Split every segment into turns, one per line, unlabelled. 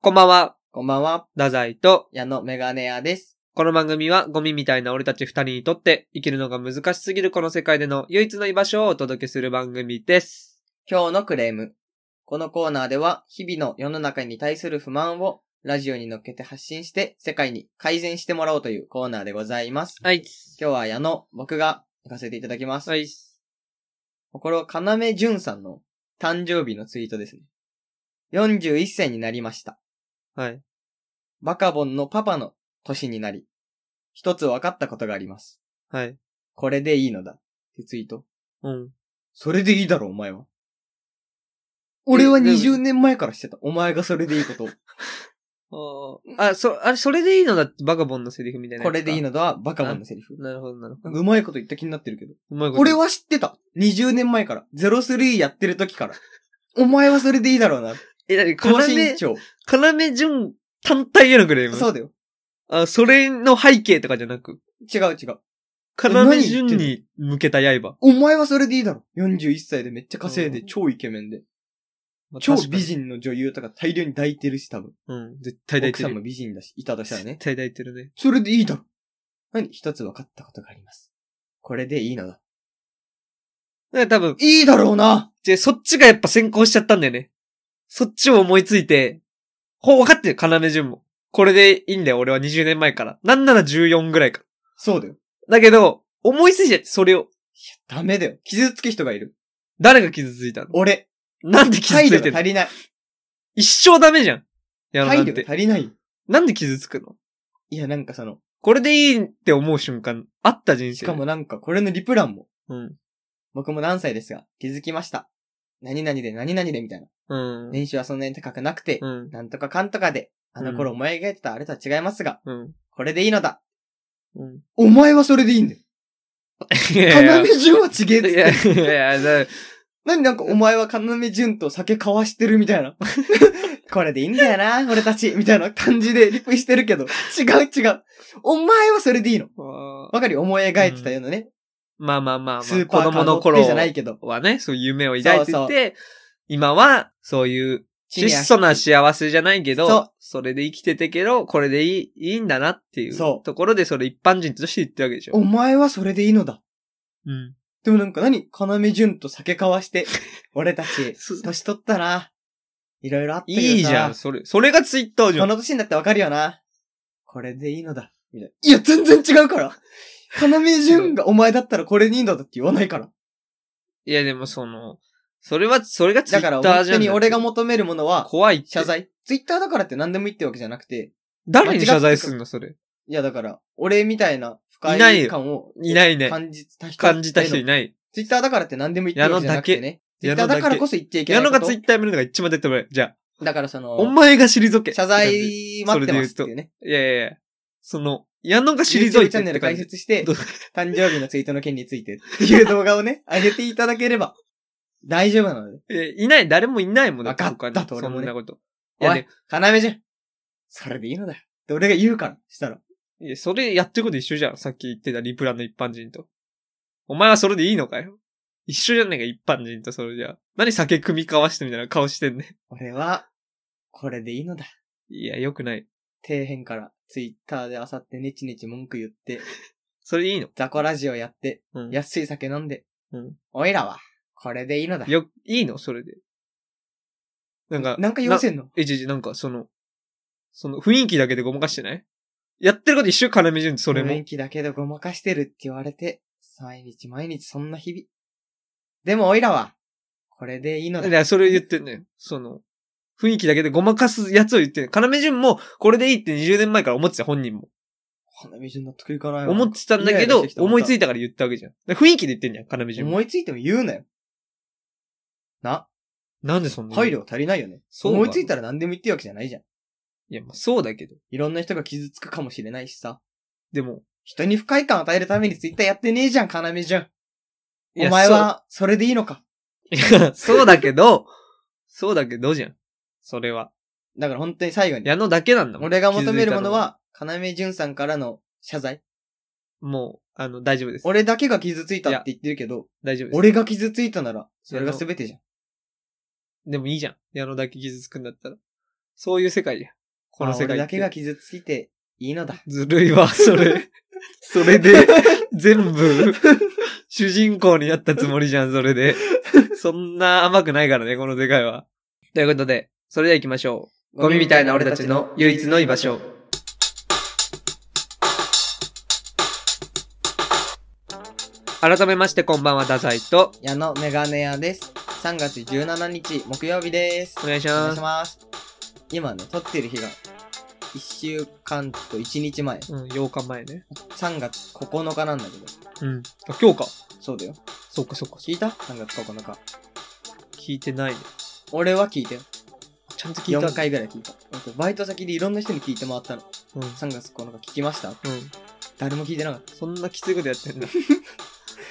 こんばんは、
こんばんは、
ダザイと、
矢野メガネ屋です。
この番組はゴミみたいな俺たち二人にとって生きるのが難しすぎるこの世界での唯一の居場所をお届けする番組です。
今日のクレーム。このコーナーでは、日々の世の中に対する不満を、ラジオに乗っけて発信して、世界に改善してもらおうというコーナーでございます。
はい。
今日は矢野、僕が行かせていただきます。
はい。
これは、かなめじゅんさんの誕生日のツイートですね。41歳になりました。
はい。
バカボンのパパの年になり、一つ分かったことがあります。
はい。
これでいいのだ。ってツイート。
うん。
それでいいだろ、お前は。
俺
俺
は
は
20
20年前からしてた。お前がそれでいいこと。
あ、そ、あれ、それでいいのだってバカボンのセリフみたいな
これでいい
の
のだはバカモンのセリフ。
なるほど、なるほど。
うまいこと言った気になってるけど。
うまいこと。
俺は知ってた。20年前から。03やってる時 から。お前はそれでいいだろうな。
え、なに、
高
かな
身
め、
長。
かなめ順単体へのクレーム。
そううだよ。
あ、それの背景とかじゃなく、
違う違う。
かなめ順に向けた刃。
お前はそれでいいだろ。41歳でめっちゃ稼いで
うん
超イケメンで。
まあ
超
確か
美
に
人の女優とか大量に抱いてるし、多分。
うん、絶対抱い
奥
て
さん
る
も。美人だし、いたとしたらね
絶。対抱いてるね。
それでいいだろ。何一つ分かったことがあります。これでいいのだ。
だから多分、
いいだろうな
で、そっちがやっぱ先行しちゃったんだよね。そっちを思いついて、ほう、分かってる、要潤も。これでいいんだよ、俺は20年前から。なんなら14ぐらいか。
そうだよ。
だけど、思いついちゃって、それを。
ダメだよ。傷つく人がいる。
誰が傷ついたの
俺。
なんで傷つい
配慮
てん
が
の
足りない。
一生ダメじゃん。やろ
配
なん
慮が
て。
足りない。
なんで傷つくの
いや、なんかその、
これでいいって思う瞬間、あった人生。
しかも。なんかこれのリプランも、
うん。
僕も何歳ですが、気づきました。何々で何々でみたいな。
うん。
年収はそんなに高くなくて
う、ん。
なんとかかんとかで、あの頃思い描いてたあれとは違いますが、
うん。
これでいいのだ。
うん。
お前はそれでいいんだよ。
いやいや
要潤は違えっつっ
い
て
や。いやいや、だ
何なんかお前は要潤と酒交わしてるみた いな。これでいいんだよな、俺たち。みたいな感じでリプしてるけど。違う違う。お前はそれでいいの。わかるよ思い描いてたようなね。
まあまあまあまあ、
スーパーカ
子供
ー
の
の
頃
手じゃないけど。
はね、そういう夢を抱いてて、
そうそ
今はそういう質素な幸せじゃないけど、
そう
れで生きててけど、これでいい、いいんだなっていう
そう
ところでそれ一般人として言ってるわけでしょ。
お前はそれでいいのだ。
うん。
でもなんか何要潤と酒交 わして、俺たち、
そ
年取ったな。いろいろあったけどさ
いいじゃん、それ。それがツイッターじゃ
こ
ん。
の年になってわかるよな。これでいいのだ。みたいな。いや、全然違 うから。要潤がお前だったらこれでいいんだって言わないから。
いやでもその、それは、それがツイ
だ
ッタ
から、
ー
本
じゃ
当
ん。
に俺が求めるものは、
怖いって。
謝。罪。ツイッターだからって何でもいいってわけじゃなくて、
誰に謝罪すんの、それ。
いやだから、俺みたいな不
いない
快
よ
感を
いないね。
感じた人。
感じた人い
の
ない。
ツイッターだからって何でもいいってわけじゃなくてね。ツイ
矢
ッ
野
ター
だけ
だからこそ言っていけな
矢
いこ
野
と。
がツイッター見るのが一番手っ取り早い。じゃあ、
だからその、
お前が退け。
謝罪待ってますっていうね。
いやいやいや。その、矢野が退
YouTube
いてる
チャンネル解説して
どう、
誕生日のツイートの件についてっていう動画をね、上げていただければ、大丈夫なので。
え、いない、誰もいないもん
わかった
他に
と俺もね
そんなこと。い
お
や
い
ね、、
要じゃん。それでいいのだよ。って俺が言うから、したら。
いや、それやってること一緒じゃん。さっき言ってたリプランの一般人と。お前はそれでいいのかよ。一緒じゃねえか、一般人とそれじゃ。何酒組み交わしてみたいな顔してんね
俺は、これでいいのだ。
ん。いや、よくない。
底辺からツイッターであさってネチネチ文句言って、
それいいの。
雑魚ラジオやって、
うん。
安い酒飲んで、
うん
おいらは、これでいいのだ。
よ、いいのそれで。なんか、
なんか言わせんの
え、じじ、なんかその、その雰囲気だけでごまかしてないやってること一緒よ、金目順それ
雰
も
囲。気だけどごまかしてるって言われて、毎日毎日そんな日々。でもおいらは、これでいいの
だか
だ。
らそれを言ってんのよ。その、雰囲気だけでごまかすやつを言ってんの。要潤も、これでいいって20年前から思ってた、本人も。
花見順納得いかないわ。
思ってたんだけ
イライラし
ど
てき、た
思いついたから言ったわけじゃん。だから雰囲気で言ってんじゃん、要潤も。
思いついても言うなよ。な、
なんでそんな。
配慮が足りないよね。
そうだ
思いついたら何でも言ってるわけじゃないじゃん。
いや、まあそうだけど。
いろんな人が傷つくかもしれないしさ。
でも、
人に不快感を与えるためにツイッターやってねえじゃん、要潤。
いや
お前は、それでいいのか。
そう、いやそうだけど、そうだけどじゃん。それは。
だから本当に最後に。
矢野だけなんだもん。
俺が求めるもの
気づい
は、要潤さんからの謝罪。
たのは、もう、あの、大丈夫です。
俺だけが傷ついたって言ってるけど、
大丈夫です。
俺が傷ついたなら、それが全てじゃん。
でもいいじゃん。矢野だけ傷つくんだったら。そういう世界や。この世
まあ俺
界っ
だけ
て。
が傷ついていいのだ。
ずるいわ、それ。それで、 全部、 主人公になったつもりじゃん、それ で。そんな甘くないからね、この世界は。ということで、それでは行きましょう。ゴミみたいな俺たちの唯一の居場所。改めまして、こんばんは、太宰と、
矢野メガネ屋です。3月17日木曜日です。
お願いし
お願い
ま
し
す。
ます。今ね、撮ってる日が1週間と1日前。
うん、8日前ね。
3月9日なんだけど。
うん。あ、今日か。
そうだよ。
そっかそっか。
聞いた ?3 月9日。
聞いてないね。
俺は聞いたよ。
ちゃんと聞いた。
4回ぐらい聞いた。だってバイト先でいろんな人に聞いて回ったの。
うん。
3月9日聞きました
うん。
誰も聞いてなかった。
そんなきついことやってん だ。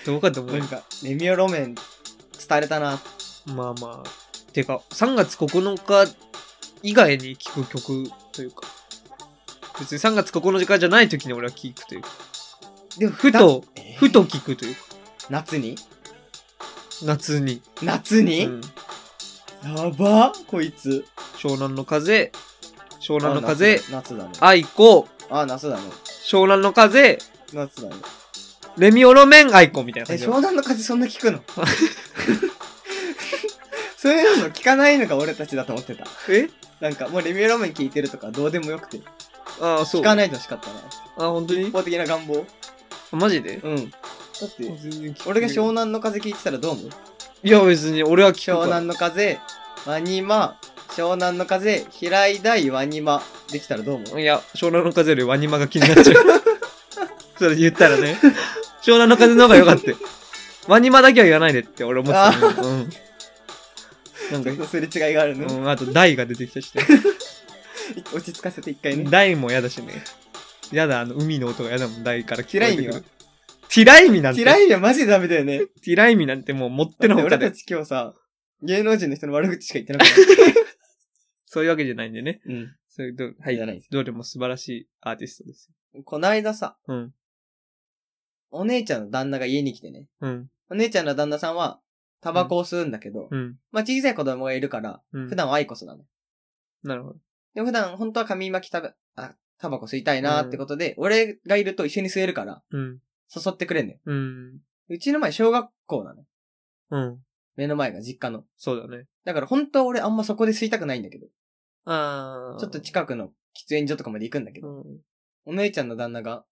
どうかと思う
なん。か、レミオロメン伝えれたな。
まあまあ。てか、3月9日以外に聴く曲というか、別に3月9日じゃない時に俺は聴くというか、
でも、
ふと、
だ、えー
ふと聴くというか、
夏に
夏に。
夏
う
に、
ん、
やばこいつ。
湘南の風、湘南の
あ
風、
夏だね。
愛子、
あ、夏だね。
湘南の風、
夏だね。
レミオロメン愛子みたいな感
え、
じ
湘南の風そんな聞くの そういうの聞かないのが俺たちだと思ってた。
え
なんかもうレミオロメン聞いてるとかどうでもよくて。
ああ、そ
聞
う。
か
あ、
ないでほしかったな。
本当に
一方的な願望
マジで
うん。だって、
全然聞く
俺が湘南の風聞いてたらどう思う
いや、別に俺は聞く
湘
から。
南の風、ワニマ、湘南の風、平井大ワニマできたらどう思う
いや、湘南の風よりワニマが気になっちゃう。 それ言ったらね。湘南の風の方が良かったよ。ワニマだけは言わないでって俺思ってたの、うん。なんか、
すれ違いがあるの、
うん、あと、大が出てきたしね。
落ち着かせて一回ね。
大も嫌だしね。嫌だ、あの、海の音が嫌だもん、大から聞こえてく
ティライミは
る。ティライミなんて。
嫌いにはマジでダメだよね。
ティライミなんてもう持ってのほか
俺た
で。
ち今日さ、芸能人の人の悪口しか言ってなかっ
そういうわけじゃないんでね。
た。うん。
そういうど、はい。
じゃないです
どれも素晴らしいアーティストです。
こないださ、
うん。
お姉ちゃんの旦那が家に来てね。
うん。
お姉ちゃんの旦那さんは、タバコを吸うんだけど、
うん。
まあ小さい子供がいるから、
うん
普。段はアイコスなの。
なるほど。
でも普段本当は紙巻きたば、あ、タバコ吸いたいなーってことで、俺がいると一緒に吸えるから、
うん。
誘ってくれんのよ。
うん。
うちの前小学校なの。
うん。
目の前が実家の。
そうだね。
だから本当は俺あんまそこで吸いたくないんだけど、
あー
ちょっと近くの喫煙所とかまで行くんだけど、
うん
お姉ちゃんの旦那が、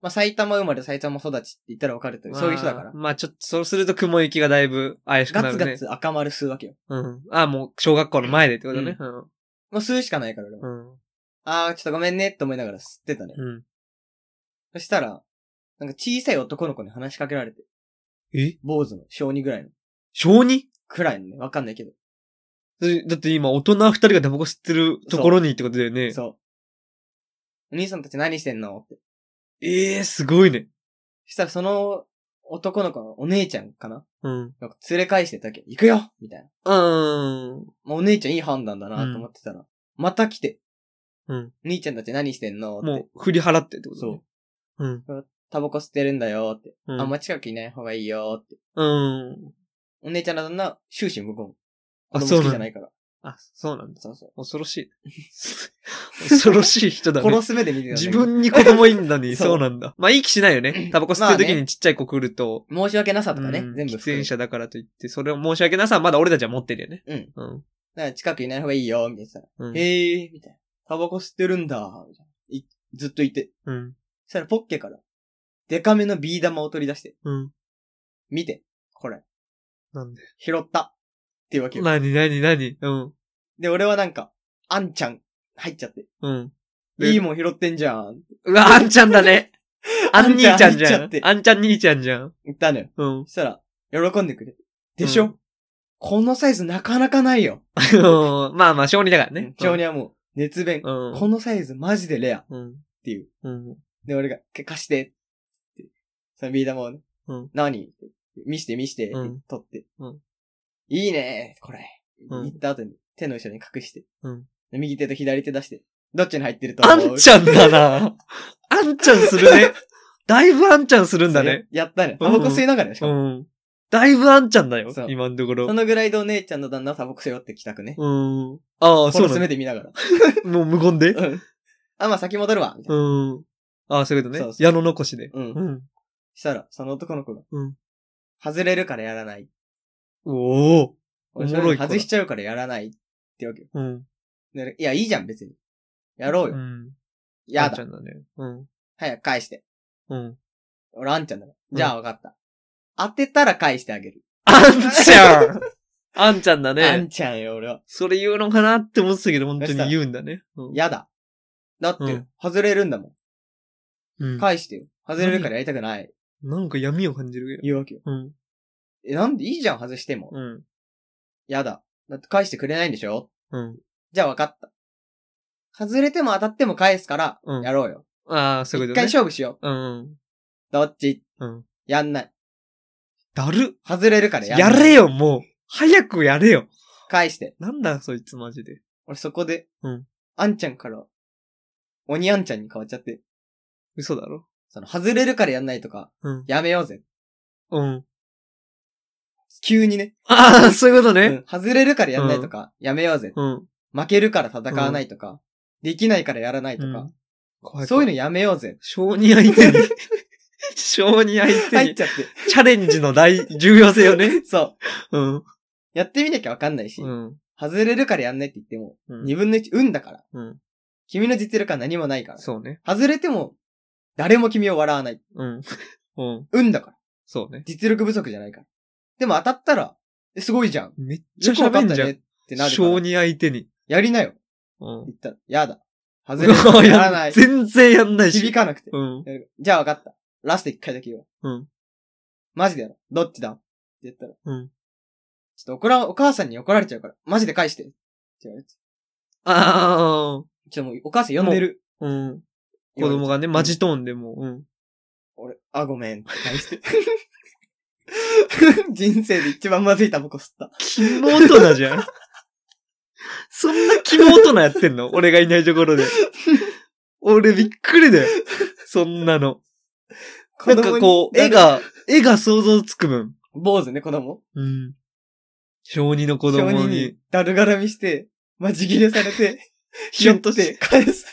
まあ埼玉生まれ埼玉育ちって言ったらわかるという、そういう人だから
あー。まあちょっと、そうすると雲行きがだいぶ怪しくな
ガ
る
ツ
ね。
ガツ赤丸吸うわけよ。
うん。あーもう小学校の前でってことね。うん。
もう吸うしかないから俺も。
うん。
あー、ちょっとごめんねって思いながら吸ってたね。
うん。
そしたら、なんか小さい男の子に話しかけられて、
え
坊主の小2ぐらいの。
小 2?
くらいのね、わかんないけど。
だって今大人二人がタバコ吸ってるところにってことだよね。
そう。お兄さんたち何してんのって。
ええー、すごいね。
そしたらその男の子のお姉ちゃんかな
うん。
なんか連れ返してたわけ。行くよみたい
う
な。
ーん。
まあ、お姉ちゃんいい判断だなと思ってたら、また来て、
うん。
兄ちゃんたち何してんのって。
もう振り払ってってこと
そう
ね。。うん。
タバコ吸ってるんだよって。
うん。
あんま近くいない方がいいよって。
うん。
お姉ちゃんの旦那、終始無言。
あ
子供
そうなん
好き
だ
じゃないから。
あ、そうなんだ。
そうそう。
恐ろしい。 恐ろしい人だね。
殺す目で見てたんだ
自
けど。
分に子供いんだに、
そう
そうなんだ。まあ、いい気しないよね。タバコ吸ってる
まあ
時
ね
にちっちゃい子来ると、
申し訳なさとかね、
うん
全部
喫
含め
煙
て。
者だからといって、それを申し訳なさはまだ俺たちは持ってるよね。
うん。
うん。
だから近くいない方がいいよ、みたいな。
うん。
へえー、みたいな。タバコ吸ってるんだ、みたいない。ずっといて。
うん。
そしたらポッケから、デカめのビー玉を取り出して、
うん。
見て、これ、
なんで
拾った。っていうわけよ。
なになになにうん。
で、俺はなんか、あんちゃん、入っちゃって。
うん。で
いいもん拾ってんじゃん。
うわ、あんちゃんだね。 あん兄ちゃん
あんち
じ
ゃ
ゃ
ん兄ちゃんっ
ん
て。
あんちゃん兄ちゃんじゃん。
言ったのよ。
うん
そ。したら、喜んでくれて。でしょ、
うん
このサイズなかなかないよ。
まあまあ、小児だからね。
今日にはもう、熱弁、
うん。
このサイズマジでレア。
うん。って
いう。
うん。
で、俺が、け貸して。ってそのビー玉をね。
うん
何見して見して。って
うん
取って。
うん
いいねこれ。
うん
言った後に、手の後ろに隠して。
うん
で右手と左手出して。どっちに入ってると
あ
思うん
ちゃんだな。 あんちゃんするね。だいぶあんちゃんするんだね。
やった
う
ね。
ん
タバコ吸いながらよ、しか
う
も。
ん。だいぶあんちゃんだよ
そう。
今のところ
そ。のぐらいでお姉ちゃんの旦那はタバコ背負って帰宅ね。
うん。ああ、
こ
そ
の
うな
詰
んだ。
めてみな がら。
もう無言で
うん。あ、まあ先戻るわ。みたいな
うん。ああ、そういうことね
そう。そう
矢野残しで。
うん
う。ん。
したら、その男の子が。
うん
外れるからやらない。
おお。お
俺
もろい子だ
外しちゃうからやらない。ってわけよ。
うん。
でいや、いいじゃん、別に。やろうよ。
ん。あ
や
んち
だ
ゃ。んだね。うん。
早く返して。
うん。
俺あんちゃんだから。
うん
じゃあ分かった。当てたら返してあげる。
あんちゃんあんちゃんだ
あ
ね
ん。ちゃんよ、俺は。
それ言うのかなって思ってたけど、本当
そした
に
ら
言うんだね。うん
やだ。だって、
うん
外れるんだも
うん
ん。。返してよ。外れるからやりたくない。
なんか闇を感じるけ
言うわけよ。
ど。うん。
え、なんでいいじゃん、外しても。
うん。
やだ。だって返してくれないんでしょ
うん。
じゃあ分かった。外れても当たっても返すから
う、ん
やろうよ。
ああ、そう
一、
いうこと
回
ね。
勝負しよ
うん。
う。どっち
うん。
やんない。
だる
外れるからやんな
や
い
れよ、もう。早くやれよ。
返して。
なんだ、そいつマジで。
俺そこで、
うん
あんちゃんから、鬼あんちゃんに変わっちゃって、
嘘だろ
その、外れるからやんないとか、
うん。
やめようぜ。
うん。
急にね、
ああ、そういうこと
う
ね。
ん、外れるからやんないとか、やめようぜ。
うん。
負けるから戦わないとか、できないからやらないとか、
怖い。
そういうの
の。
やめよ うぜ。
小児相手に。 小児相手
入っ
に。
ちゃって。
チャレンジの大重要性よね。
そ う。
うん。
やってみなきゃわかんないし、
うん。
外れるからやんないって言っても、
うん
二分の一運だから。
うん。
君の実力は何もないから。
そうね。
外れても、誰も君を笑わない。
うん。うん。
運だから。
そうね。
実力不足じゃないから。でも当たったら、えすごいじゃん。
めっちゃ
よくわか
喋
っ
ん
た
じゃ
ねっ
ん。
てなるか
小
ら。
児相手に。
やりなよ。
うん
言。ったら、やだ。外れ るからやらない。
全然やんない
響
し。
かなくて。
うん。
やるじゃあ分かった。ラスト一回だけ言うわ。
うん。
マジでやろう。どっちだって言ったら。
うん
ちょっと怒ら、お母さんに怒られちゃうから。マジで返して。って言われて
ああ。
ちょっともうお母さん呼んでる。
うん。子供
が。
がね、マジトーンでもう、うん。
俺、あ、ごめん。返して。 人生で一番まずいタバコ吸った。
キモ大人じゃん。 そんなキモ大人やってんの俺がいないところで。俺びっくりだよ。そんなの。なんかこう、絵。が、絵が想像つく分。
坊主ね、子供。
うん。小児の子
小
供
児
に
に。、だるがらみして、マジ切れさ れて、
ひ
ひょ
ょ
っ
っ
と
と
し
してて
返す。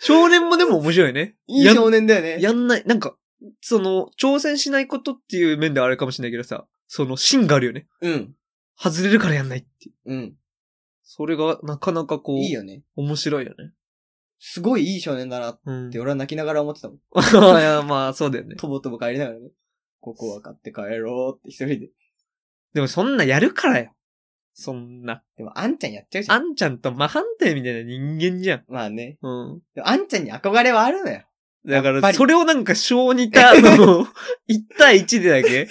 少年もでも面白いね。
いい
やん
少年だよね。
やんない、なんか、その、挑戦しないことっていう面ではあれかもしれないけどさ、その芯があるよね。
うん。
外れるからやんないっていう。
うん。
それがなかなかこう、
いいよね。
面白いよね。
すごいいい少年だなっ
うん。
て、俺は泣きながら思ってたもん。
いや、まあそうだよね。
とぼとぼ帰りながらね。ここは買って帰ろうって一人で。
でもそんなやるからよ。そんな。
でも、あんちゃんやっちゃうじゃん。
あんちゃんと真反対みたいな人間じゃん。
まあね。
うん。
でもあんちゃんに憧れはあるのよ。
だか
やっぱ
ら、
り
それをなんか小児 ターの1対1でだけ。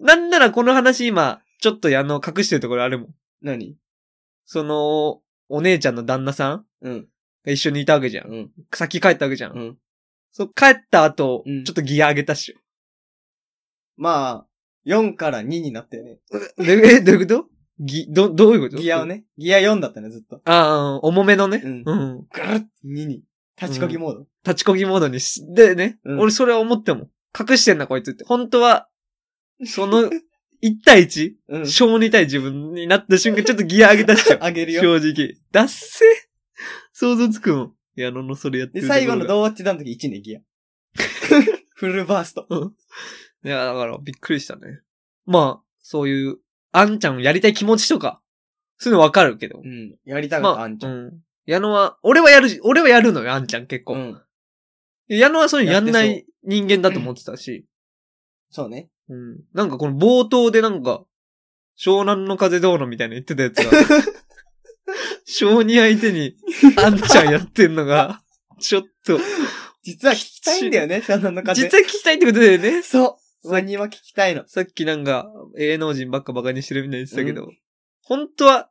なんならこの話今、ちょっとあの、隠してるところあるもん。
何
その、お姉ちゃんの旦那さん
うん。
が一緒にいたわけじゃん。
うん。
先帰ったわけじゃん。
うん。
そう、帰った後、
うん
ちょっとギア上げたっし
まあ、4から2になったよね。
ょ。でえ、どういうことギ、ど、どういうこと
ギアを。ね。ギア4だったね、ずっと。
ああ、重めのね。
うん
うん
ぐるっと2に。立ちこぎモード。
立ちこぎモードにし、でね、
うん
俺それは思ってもん、隠してんなこいつって。本当は、その、1対 1?
う ん。
小2対自分になった 瞬間ちょっとギア上げたっしょ。
あげるよ。
正直。だっせ想像つくもん。矢野のそれやって
で、
る
最後の
動
ドーッチダウンの時1ね、 ギア。フルバースト。
いや、だからびっくりしたね。まあ、そういう、あんちゃんをやりたい気持ちとか、そういうのわかるけど
う。ん。やりた
ま
かった、
あ、
あんちゃ。
うんん。矢野は、俺はやるし、俺はやるのよ、あんちゃん結構。
うん。
矢野はそういうのやんな
やって
い人間だと思ってたし。
そうね。
うん。なんかこの冒頭でなんか、湘南の風どうのみたいな言ってたやつ が、小児相手に、あんちゃんやってんのが、ちょっと、
実は聞きたいんだよ ね、シャンナの風。
実は聞きたいってことだよね。
そう。ワニは聞きたいの。
さっきなんか、芸能人ばっかバカにしてるみたいに言ってたけど、本当は、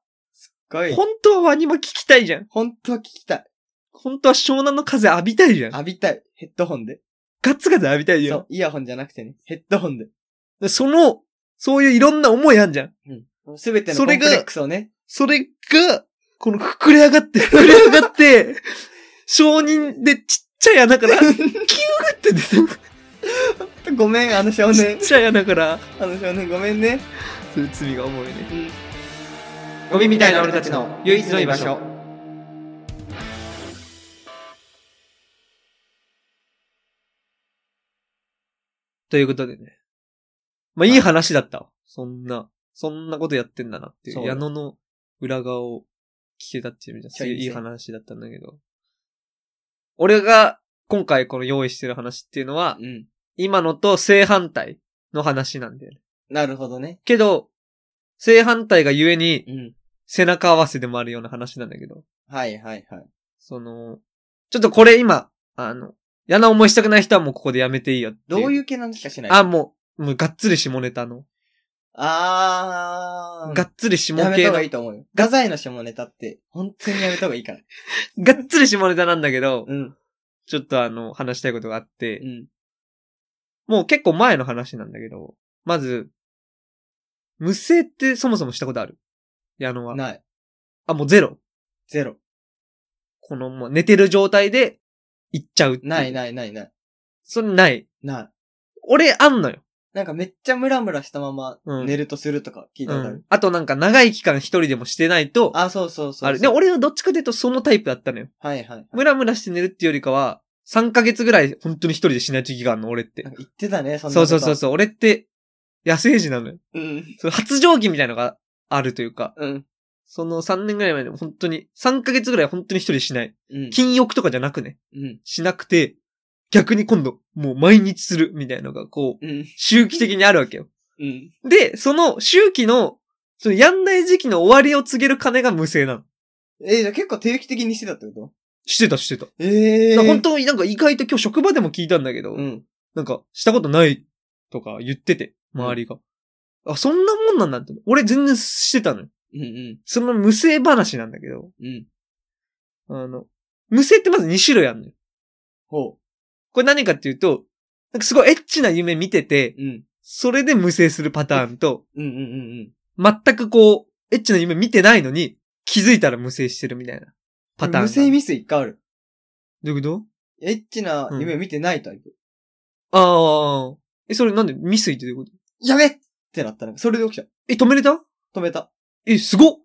ごい。
本当はワニマ聞きたいじゃん。
本当は聞きたい。
本当は湘南の風浴びたいじゃん。
浴びたい。ヘッドホンで。
ガツガツ浴びたいじゃ
そ
ん
う。。イヤホンじゃなくてね。ヘッドホンで。
でその、そういういろんな思いあんじゃん。
うん。すべてのコ
そ
ンプレ
れが
ックスをね。
それが、この膨れ上がって、膨れ上が って、承認でちっちゃい穴から、キューって出て、
ごめん、あの少
ちっ
年。
ちゃい穴から、
あの少年ごめんね。
そういう罪が重いね。
うん。
ゴミみたいな俺たちの唯一の居場所。ということでね。まあ、いい話だったわ。そんな、そんなことやってんだなってい。
そううだ
矢野の裏側を聞けたっていう意味ではすごいいい
いやいいね
話だったんだけど。俺が今回この用意してる話っていうのは、
うん。
今のと正反対の話なんだよね。
なるほどね。
けど、正反対がゆえに
うん。
背中合わせでもあるような話なんだけど。
はいはいはい。
その、ちょっとこれ今、あの、嫌な思いしたくない人はもうここでやめていいよっていう。
どう
う
いう系なんですかしない
あ、もう、もうがっつり下ネタの。
あー。
がっつり下
やめ
系
た
の
方がいいと思うよ。ガザイの下ネタって、本当にやめた方が いいから。
がっつり下ネタなんだけど、
うん。
ちょっとあの、話したいことがあって、
うん。
もう結構前の話なんだけど、まず、無声ってそもそもしたことある矢野は。
ない。
あ、もうゼロ。
ゼロ。
この、もう寝てる状態で、行っちゃうってう
ない。ないないない。
それない。
ない。
俺、あんのよ。
なんかめっちゃムラムラしたまま
うん
寝るとするとか聞いたことあ
うん
る。
あとなんか長い期間一人でもしてないと、あ
あ、そうそうそう。
れ。で、、俺はどっちかというとそのタイプだったのよ。
はいはい。
ムラムラして寝るっていうよりかは、3ヶ月ぐらい本当に一人でしない時があるの、俺って
なん。か言ってたね、そんな
そ
こ
う
と。
そうそうそう、俺って、野生児なのよ。
う。うん。
その発情期みたいなのがあるというか、
うん。
その3年ぐらい前でも本当に、3ヶ月ぐらい本当に一人でしない。
うん。
禁欲とかじゃなくね。
うん。
しなくて、逆に今度、もう毎日するみたいなのが、こう、
うん。
周期的にあるわけよ。
うん。
で、その周期の、そのやんない時期の終わりを告げる金が無声なの。
え、じゃあ結構定期的にしてたってこと
してた、してた。
ええ
だから
ー。
本当になんか意外と今日職場でも聞いたんだけど、
うん。
なんかしたことないとか言ってて、周りが。あ、そんなもんなんだって。俺全然してたのよ。
うんうん。
その無声話なんだけど、
うん。
あの、無声ってまず2種類あるのよ。
ほ
これ何かっていうと、なんかすごいエッチな夢見てて
う。、うん。
それで無声するパターンと、
うんうんうんうん。
全くこう、エッチな夢見てないのに、気づいたら無声してるみたいなパターンが。
無声ミス一回ある。
どういうこと
エッチな夢見てないタイプ。
ああ。え、それなんで未遂ってどういうこと
やべっってなったの。それで起き
え、止めれた
た。止めた。
え、すごっ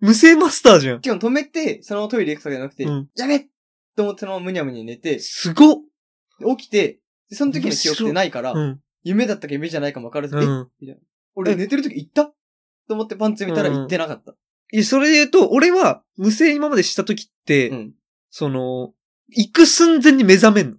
無声マスターじゃん。
しかも止めて、そのままトイレ行くとかじゃなくて、
うん
やべっと思ってそのままむにゃむにゃ寝て、
すごっ
起きて、でその時の記憶ってないから、
うん。
夢だったか夢じゃないかもわからず、
う
え、
ん。
俺
え
寝てる時行ったと思ってパンツ見たら
うん
行ってなかった。
いや、それで言うと、俺は、無声今までした時って、
うん。
その、行く寸前に目覚めんの。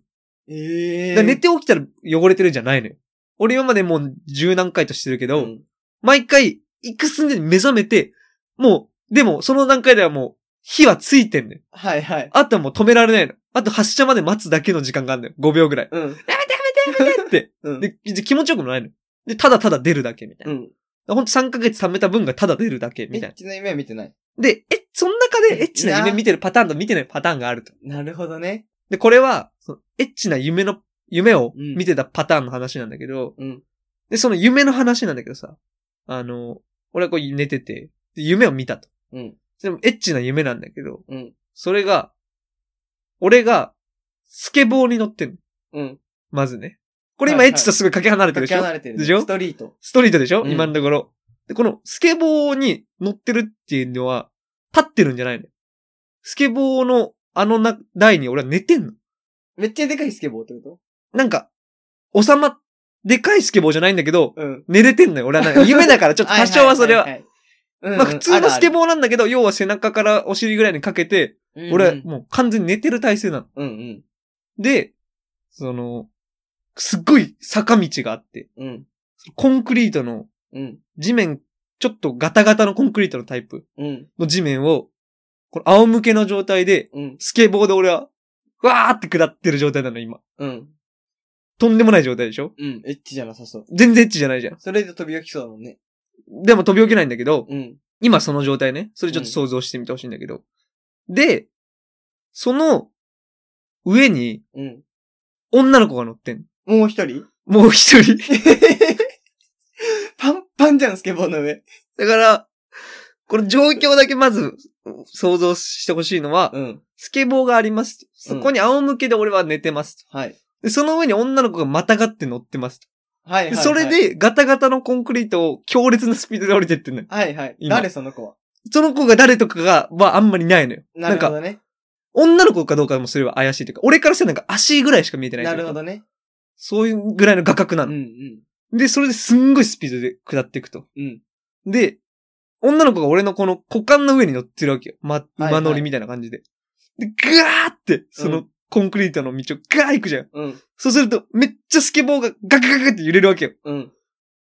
ええ
だから寝て起きたら汚れてるんじゃないのよ。俺今までもう十何回としてるけ
う
ど、
ん。
毎回、行く寸前に目覚めて、もう、でも、その段階ではもう、火はついてんのよ。
はいはい。
あとはもう止められないの。あと発射まで待つだけの時間があるのよ。5秒ぐらい。
うん。
って。
うん。
で、で気持ちよくもないの。で、ただただ出るだけみたいな。
うん。
ほんと3ヶ月貯めた分がただ出るだけ
エ
みたい
ッチな夢は見てない。
な。で、え、その中でエッチな夢
な
見てるパターンと見てないパターンがあると。
なるほどね。
で、これは、そのエッチな夢の、夢を
うん
見てたパターンの話なんだけど、
うん。
で、その夢の話なんだけどさ、あの、俺はこう寝てて、で夢を見たと。
うん。
でもエッチな夢なんだけど、
うん。
それが、俺が、スケボーに乗ってんの。
うん。
まずね。これ
は
今
い
エ
はい
ッチとすごいかけ離れてるで
かけ
しょ
離れてるね。
でしょ
ストリート。
ストリートでしょ、
うん
今のところ。で、このスケボーに乗ってるっていうのは、立ってるんじゃないのよスケボーのあのな台に俺は寝てんの。
めっちゃでかいスケボーってこ
なんか、収ま、でかいスケボーじゃないんだけど、
とうん。
寝れてんのよ。俺はなんか夢だからちょっと多少はそれは。
いいいはい。
まあ普通のスケ
ー、
ボーなんだけど、要は背中からお尻ぐらいにかけて、
うんうん
俺はもう完全に寝てる体勢なの。
うんうん。
で、その、すっごい坂道があって、
うん。
コンクリートの
うん。
地面、ちょっとガタガタのコンクリートのタイプ。
うん。
の地面を、この仰向けの状態で、
うん。
スケボーで俺は、わーって下ってる状態なの、今。
うん。
とんでもない状態でしょ
うん。エッチじゃなさそう。
全然エッチじゃないじゃん。
それで飛び起きそうだもんね。
でも飛び起きないんだけど、
うん。
今その状態ね。それちょっと想像してみてほしいんだけど。で、その、上に、
うん。
女の子が乗ってん。
もう一人
もう一人。
パンパンじゃん、スケボーの上。
だから、この状況だけまず、想像してほしいのは、
うん。
スケボーがありますと。そこに仰向けで俺は寝てますと。
はい。
でその上に女の子がまたがって乗ってます。
はいはい、
でそれ、で、ガタガタのコンクリートを強烈なスピードで降りてってんのよ。
はいはい。
今
誰その子は。
その子が誰とかが、はあんまりないのよ。
なる
んか
ほどね。
女の子かどうかもそれは怪しいというか、俺からしたらなんか足ぐらいしか見えてないとい
な
うか
るほどね。
そういうぐらいの画角な
うん
の。
うん。
で、それですんごいスピードで下っていくと。
うん
で、女の子が俺のこの股間の上に乗ってるわけよ。ま、
はい
馬乗りみたいな感じで。で、ガーって、そうのコンクリートの道をガー行くじゃん。
うん
そうすると、めっちゃスケボーがガクガクって揺れるわけよ。
うん。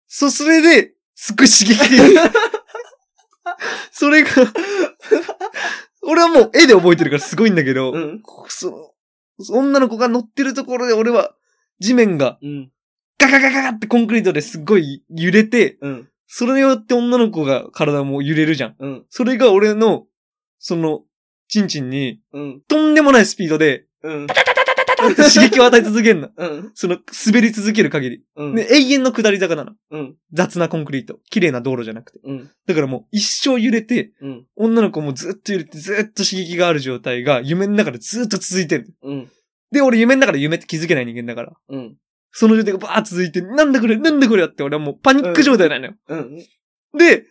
そう、それで、すっごい刺激的。それが、俺はもう絵で覚えてるからすごいんだけど、
うん。
こその、女の子が乗ってるところで俺は、地面が
うん。
ガガガガガってコンクリートですっごい揺れて、
うん。
それによって女の子が体も揺れるじゃん。
うん。
それが俺の、その、チンチンに、
うん。
とんでもないスピードで、
うん。
タタタって刺激を与え続けるの。
うん。
その、滑り続ける限り。
うん。
で、永遠の下り坂なの。
うん。
雑なコンクリート。綺麗な道路じゃなくて。
うん。
だからもう一生揺れて、
うん。
女の子もずっと揺れて、ずっと刺激がある状態が、夢の中でずっと続いてる。
うん。
で、俺夢の中で夢って気づけない人間だから。
うん。
その状態がバーッ続いて、なんだこれ、なんだこれって俺はもうパニック状態なのよ。
うん。
で、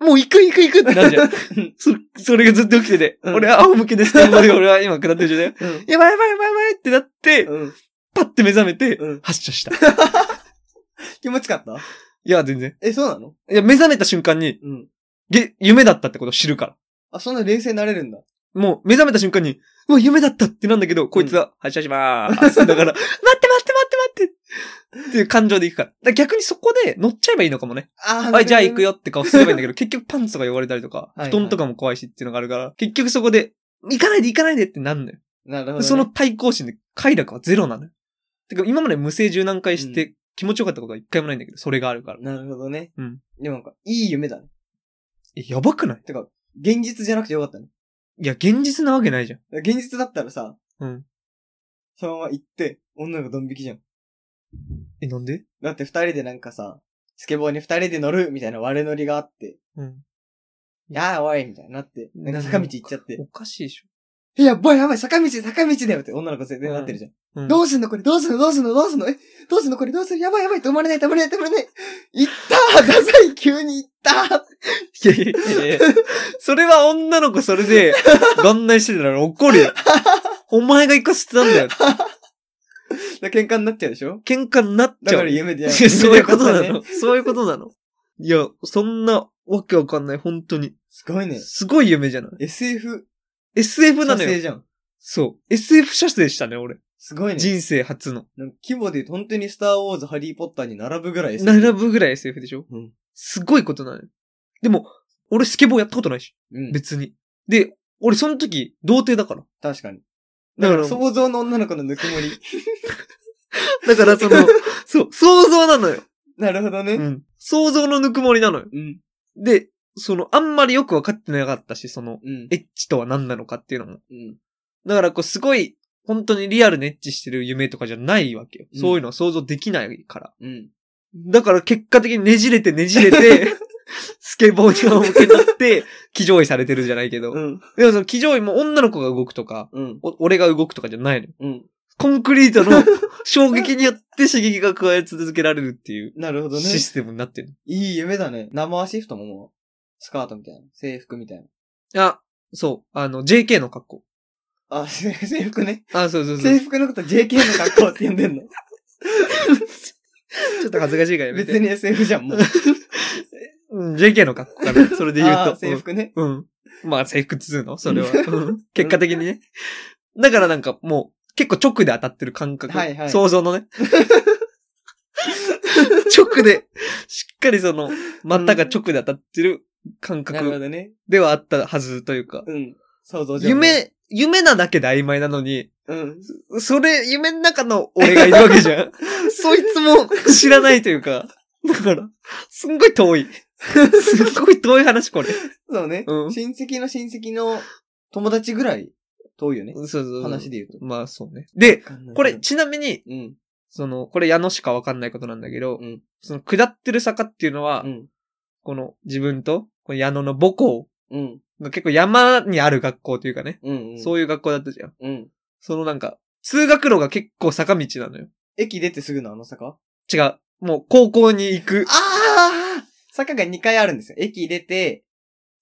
もう行く行く行くってなるじ ゃん。そ、それがずっと起きてて、
うん
俺は仰向け ですって、俺は今下ってる状態。
うん。
やばいやばいやばいやばいってなって、
うん。
パッて目覚めて、
うん。
発射した。い
気持ちよかった
や、全然。
え、そうなの
いや、目覚めた瞬間に、
うん。
げ、夢だったってことを知るから。
あ、そんな冷静になれるんだ。
もう、目覚めた瞬間に、うわ、夢だったってなんだけど、こいつは、発射しまーす。だから、待って待って待って待ってっていう感情で行くから。だから逆にそこで乗っちゃえばいいのかもね。
あ
はい、じゃあ行く
よ。
よって顔すればいいんだけど、結局パンツとか汚れたりとか、
はい
布団とかも怖いしっていうのがあるから、結局そこで、行かないで行かないでってなんのよ。
なるほど、
その、対抗心で快楽はゼロなのよ。てか、今まで無性柔軟回して気持ちよかったことは一回もないんだけど、それがあるから。
なるほどね。
うん。
でもなんか、いい夢だね。
え、やばくない
てか、現実じゃなくてよかったね。
いや、現実なわけないじゃん。
現実だったらさ、
うん。
そのまま行って、女の子ドン引きじゃん。
え、なんで
だって二人でなんかさ、スケボーに二人で乗るみたいな悪乗りがあって、
うん。
やあおいみたいになって、なんか坂道行っちゃって、
おかしいでしょ。
えやばいやばい、坂道坂道だよって女の子全然なってるじゃん。
うん
どうすんのこれどうすんのどうすんのどうすんのえどうすんのこれどうすんのやばいやばい止まれない止まれない止まれない行ったーダサい急に行ったー
いやいやいやいやそれは女の子それ で、眼内してたら怒るよ。お前が行かせてたんだよ。
だから喧嘩になっちゃうでしょ
喧嘩になっ
だ
ちゃ
か
う
ら。夢でや
そういうことな
夢でよかった
の。
ね
そういうことなの。いや、そんなわけわかんない、本当に。
すごいね。
すごい夢じゃない
SF、
?SF なの
撮影
よ。
じゃん。
そう。SF 射精したね、俺。
すごいね。
人生初の。
なんか規模で言うと本当にスターウォーズ、ハリーポッターに並ぶぐら い SF
並ぶぐらい SF でしょ
うん
すごいことなのよ。でも、俺スケボーやったことないし。
うん。
別に。で、俺その時、童貞だから。
確かに。
だから、
想像の女の子のぬくもり。
だからその、 そう、想像なのよ。
なるほどね。
うん。想像のぬくもりなのよ。
うん。
で、その、あんまりよくわかってなかったし、その、
うん。
エッチとは何なのかっていうのも。
うん。
だから、こう、すごい、本当にリアルにエッチしてる夢とかじゃないわけよ。
うん
そういうのは想像できないから。
うん。
だから、結果的にねじれてねじれ て、スケボーに仰向けになって、騎乗位されてるじゃないけど。
うん。
でも、その騎乗位も女の子が動くとか、
うん。
お俺が動くとかじゃないのよ。
うん。
コンクリート の衝撃によって刺激が加え続けられるっていう
なるほどね。
システムになってる。
いい夢だね。生足太ももうスカートみたいな。制服みたい
あ、そう。あの、JK の格好。
な。あ、 せ制服ね。
あ、そうそうそう。
制服のこと JK の格好って呼んでん の。
ちょっと恥ずかしいからやめて。
別に SF じゃ ん、もう。
うん、JK の格好かな。それで言う
あ
と。
ー制服ね。
うん。うんまあ、制服っつうの それは。うん結果的にね。だからなんかもう、結構直で当たってる感覚。
はいはい
想像のね。 直で、しっかりその、真ん中直で当たってる感
なるほ
覚
どね。
ではあったはずというか。
うん。想像上の。
夢、夢なだけで曖昧なのに、
うん。
それ、夢の中の俺がいるわけじ ゃん。そいつも知らないというか。だから、すんごい 遠い。すんごい遠い話、これ。
そうね。
うん
親戚の親戚の友達ぐらい遠いよね。
そうそうそう
話で言うと。
まあ、そうね。で、これ、
うん、
ちなみに、
うん。
その、これ矢野しかわかんないことなんだけど、
うん
その、下ってる坂っていうのは、
うん。
この、自分と、この矢野の母校
うん。
が結構山にある学校というかね、
うん。
そう
いう
いう学校だったじゃん。
うん。
そのなんか、通学路が結構坂道なのよ。
駅出てすぐのあの坂
違う。もう高校に行く。
ああ坂が2回あるんですよ。駅出て、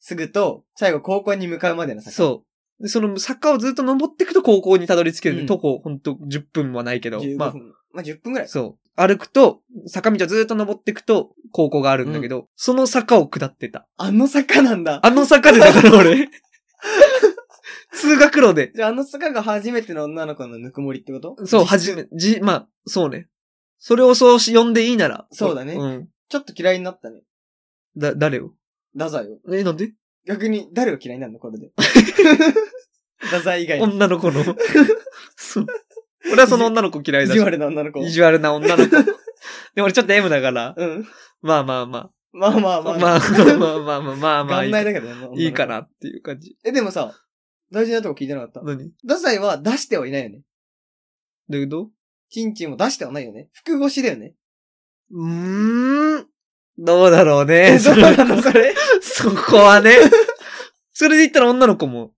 すぐと、最後高校に向かうまでの坂。
そう。で、その坂をずっと登っていくと高校にたどり着けるね。
うん
とこ、ほんと10分はないけど。
15分。
ま
ま
あ
あ、、10分ぐらい。
そう。歩くと、坂道をずっと登っていくと高校があるんだけど、その坂を下ってた。
あの坂なんだ。
あの坂でだから 俺。通学路で。
じゃあ、あの坂が初めての女の子のぬくもりってこと
そう、はじめ、じ、まあ、そうね。それをそうし、呼んでいいなら。
そうだね
うん。
ちょっと嫌いになったね。
だ、誰を
ダザイを。
え、なんで
逆に、誰を嫌いになるのこ れで。ダザイ以外に。
女の 子の。そう。俺はその女の子嫌い
意
だ
地
し。
悪な女の子。
意地悪な女の子。でも俺ちょっと M だから。
うん。
まあまあま
まあまあ
あ。ま
ま
あまあま
あ。
あまあまあまあまあ。い
元
い
内だけどね女の子
いいか。なっていう感じ。
え、でもさ、大事なとこ聞いてなかった。
何
ダサイは出してはいないよね。
どういうこと
チンチンも出してはないよね。服越しだよね。
うーん。どうだろうね。
そうなの、それ。
そこはね。それで言ったら女の子も、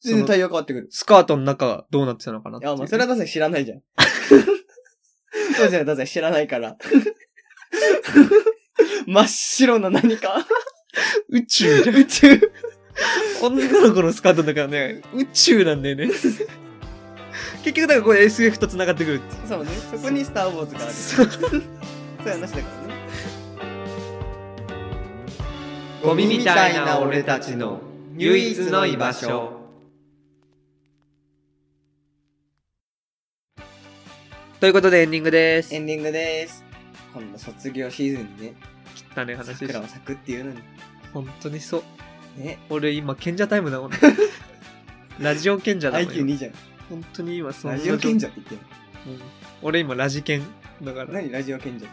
全然対応変わってくる。
スカートの中がどうなってたのかなっ
い
ていう
や、まあ、それはダサイ知らないじゃん。 そうじゃない、ダサイ知らないから。真っ白な何か。
宇宙じゃん。宇宙。女の子のスカートの中はね、宇宙なんだよね。結局だからこれ SF と繋がってくるっていう。
そうね。そこにスターウォーズがある。そ
そう
ういう話だからね。
ゴミみたいな俺たちの唯一の居場所。ということでエンディングです
エ。ンディングです。今度卒業シーズンにね、
汚ね話でした
桜を。咲くっていうのに。
本当にそう。
ね。
俺今賢者タイムだ もん。ラジオ賢者だもん。今
IQ2 じゃん。
本当に今そん
ラ
な
ジオ賢者って言ってる。
うん俺今ラジ賢だから。
何ラジオ賢者っ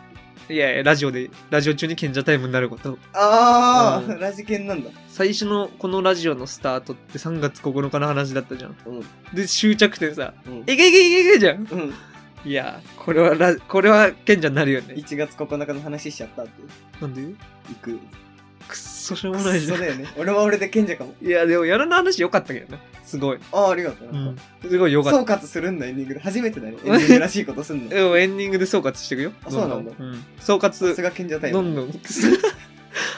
て。
いやいや、ラジオで、ラジオ中に賢者タイムになること。
あ
う
あ、
ん
ラジケンなんだ。
最初のこのラジオのスタートって3月9日の話だったじゃん。
うん。
で、終着点さ、
うん。
いけいけいけいけじゃん。
うん。
いや、これはラ、これは賢者になるよ ね。
1月9日の話しちゃったって。
なんで
行く。
くっそしょうもないじ
そ
ゃ。
うんだよね。俺は俺で賢者かも。
いや、でも、やらの話良かったけどね。すごい。
ああ、ありがとう。
う
なん
ん
か。
すごい良かった。
総括するんだ、エンディングで。初めてだね。エンディングらしいこと すんの。
でもエンディングで総括していくよ。
あそうなんだ
どどうん。総
さす
括、
が賢者タイ
ど
ム。
んどん。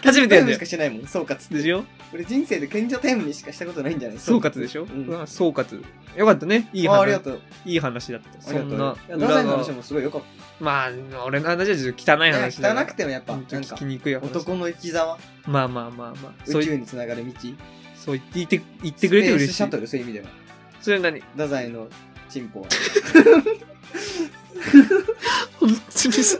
初めて
タイ
やん
ム
だ
し
よ
か。しないもん、総括って。
でしょ
俺人生で賢者タイムにしかしたことないんじゃない
総括でしょ、う
うん
わ総括。よかったね。いい
ああ、ありが
話。
とう。
いい話だった。
あ
そ
りがと
んな
う。いや、ダサ
裏
いの話
が。
もすごい良かった。
まあ、俺の話はちょっと汚い
いや
話だ
汚くてもやっぱ、
う
なんん
ちょっと聞
か
き、にくい話。
男の生き様、
まあまあまあまあ。そう
宇
い
宙につながる道。言っ
そう言って、言ってくれて嬉しい。
シャトル、そういう意味では。
それ何
ダザイのチンポは。
本当にさ、 さっ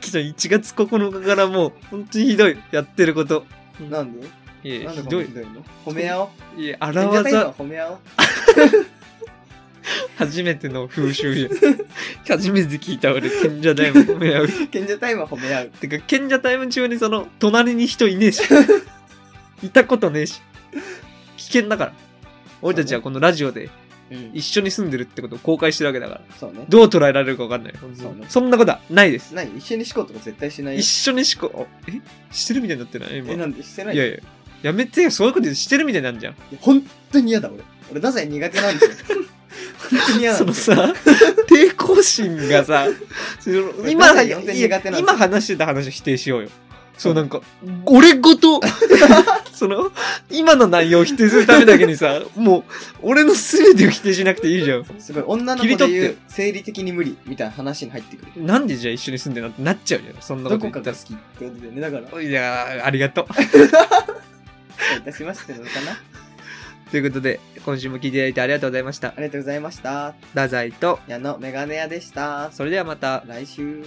きの1月9日からもう、本当にひどい、やってること。
なんで
いやいや、
なんで
ひ
こ
ど
の
い
ひ。どいの褒め合おう。
いや、荒
賢者タイム
技
は、褒め合おう。
初めての風習や。 初めて聞いた俺、賢者タイム褒め合う。
賢者タイムは褒め合う。
てか、賢者タイム中にその、隣に人いねえ し。いたことねえし。危険だから。俺たちはこのラジオで
うん
一緒に住んでるってことを公開してるわけだから。
そうね。
どう捉えられるか分かんない。
そうね
そんなことはないです。
何一緒にしこうとか絶対しないよ
一緒にしこ、おえしてるみたいになってない今。
え、なんでしてない
いやいや、やめてよ、そういうことしてるみたいになんじゃん。
いや本当に嫌だ、俺。俺、ダサい苦手なんですよ。本当に嫌 な
そ
んで
の
すよ。
さ、抵抗心がさ、その今
ダサい
い
本当に
や
苦手なんです
今
よ
話してた話を否定しようよ。そうなんか、俺ご と、その、今の内容を否定するためだけにさ、もう、俺の全てを否定しなくていいじゃん。
すごい、女の
切り
子で
取って
言う、生理的に無理みたいな話に入ってくる。
なんでじゃあ一緒に住んでるのってなっちゃうじゃん。そんなこ
ど
と
こ
言
か
った
が
ら
好。きってことでね、だから、ど
いやーありがとう。
ういたしましてなのかな。
ということで、今週も聞いていただいてありがとうございました
あ。りがとうございました。
太宰と、
矢野メガネ屋でした。
それではまた。
来週。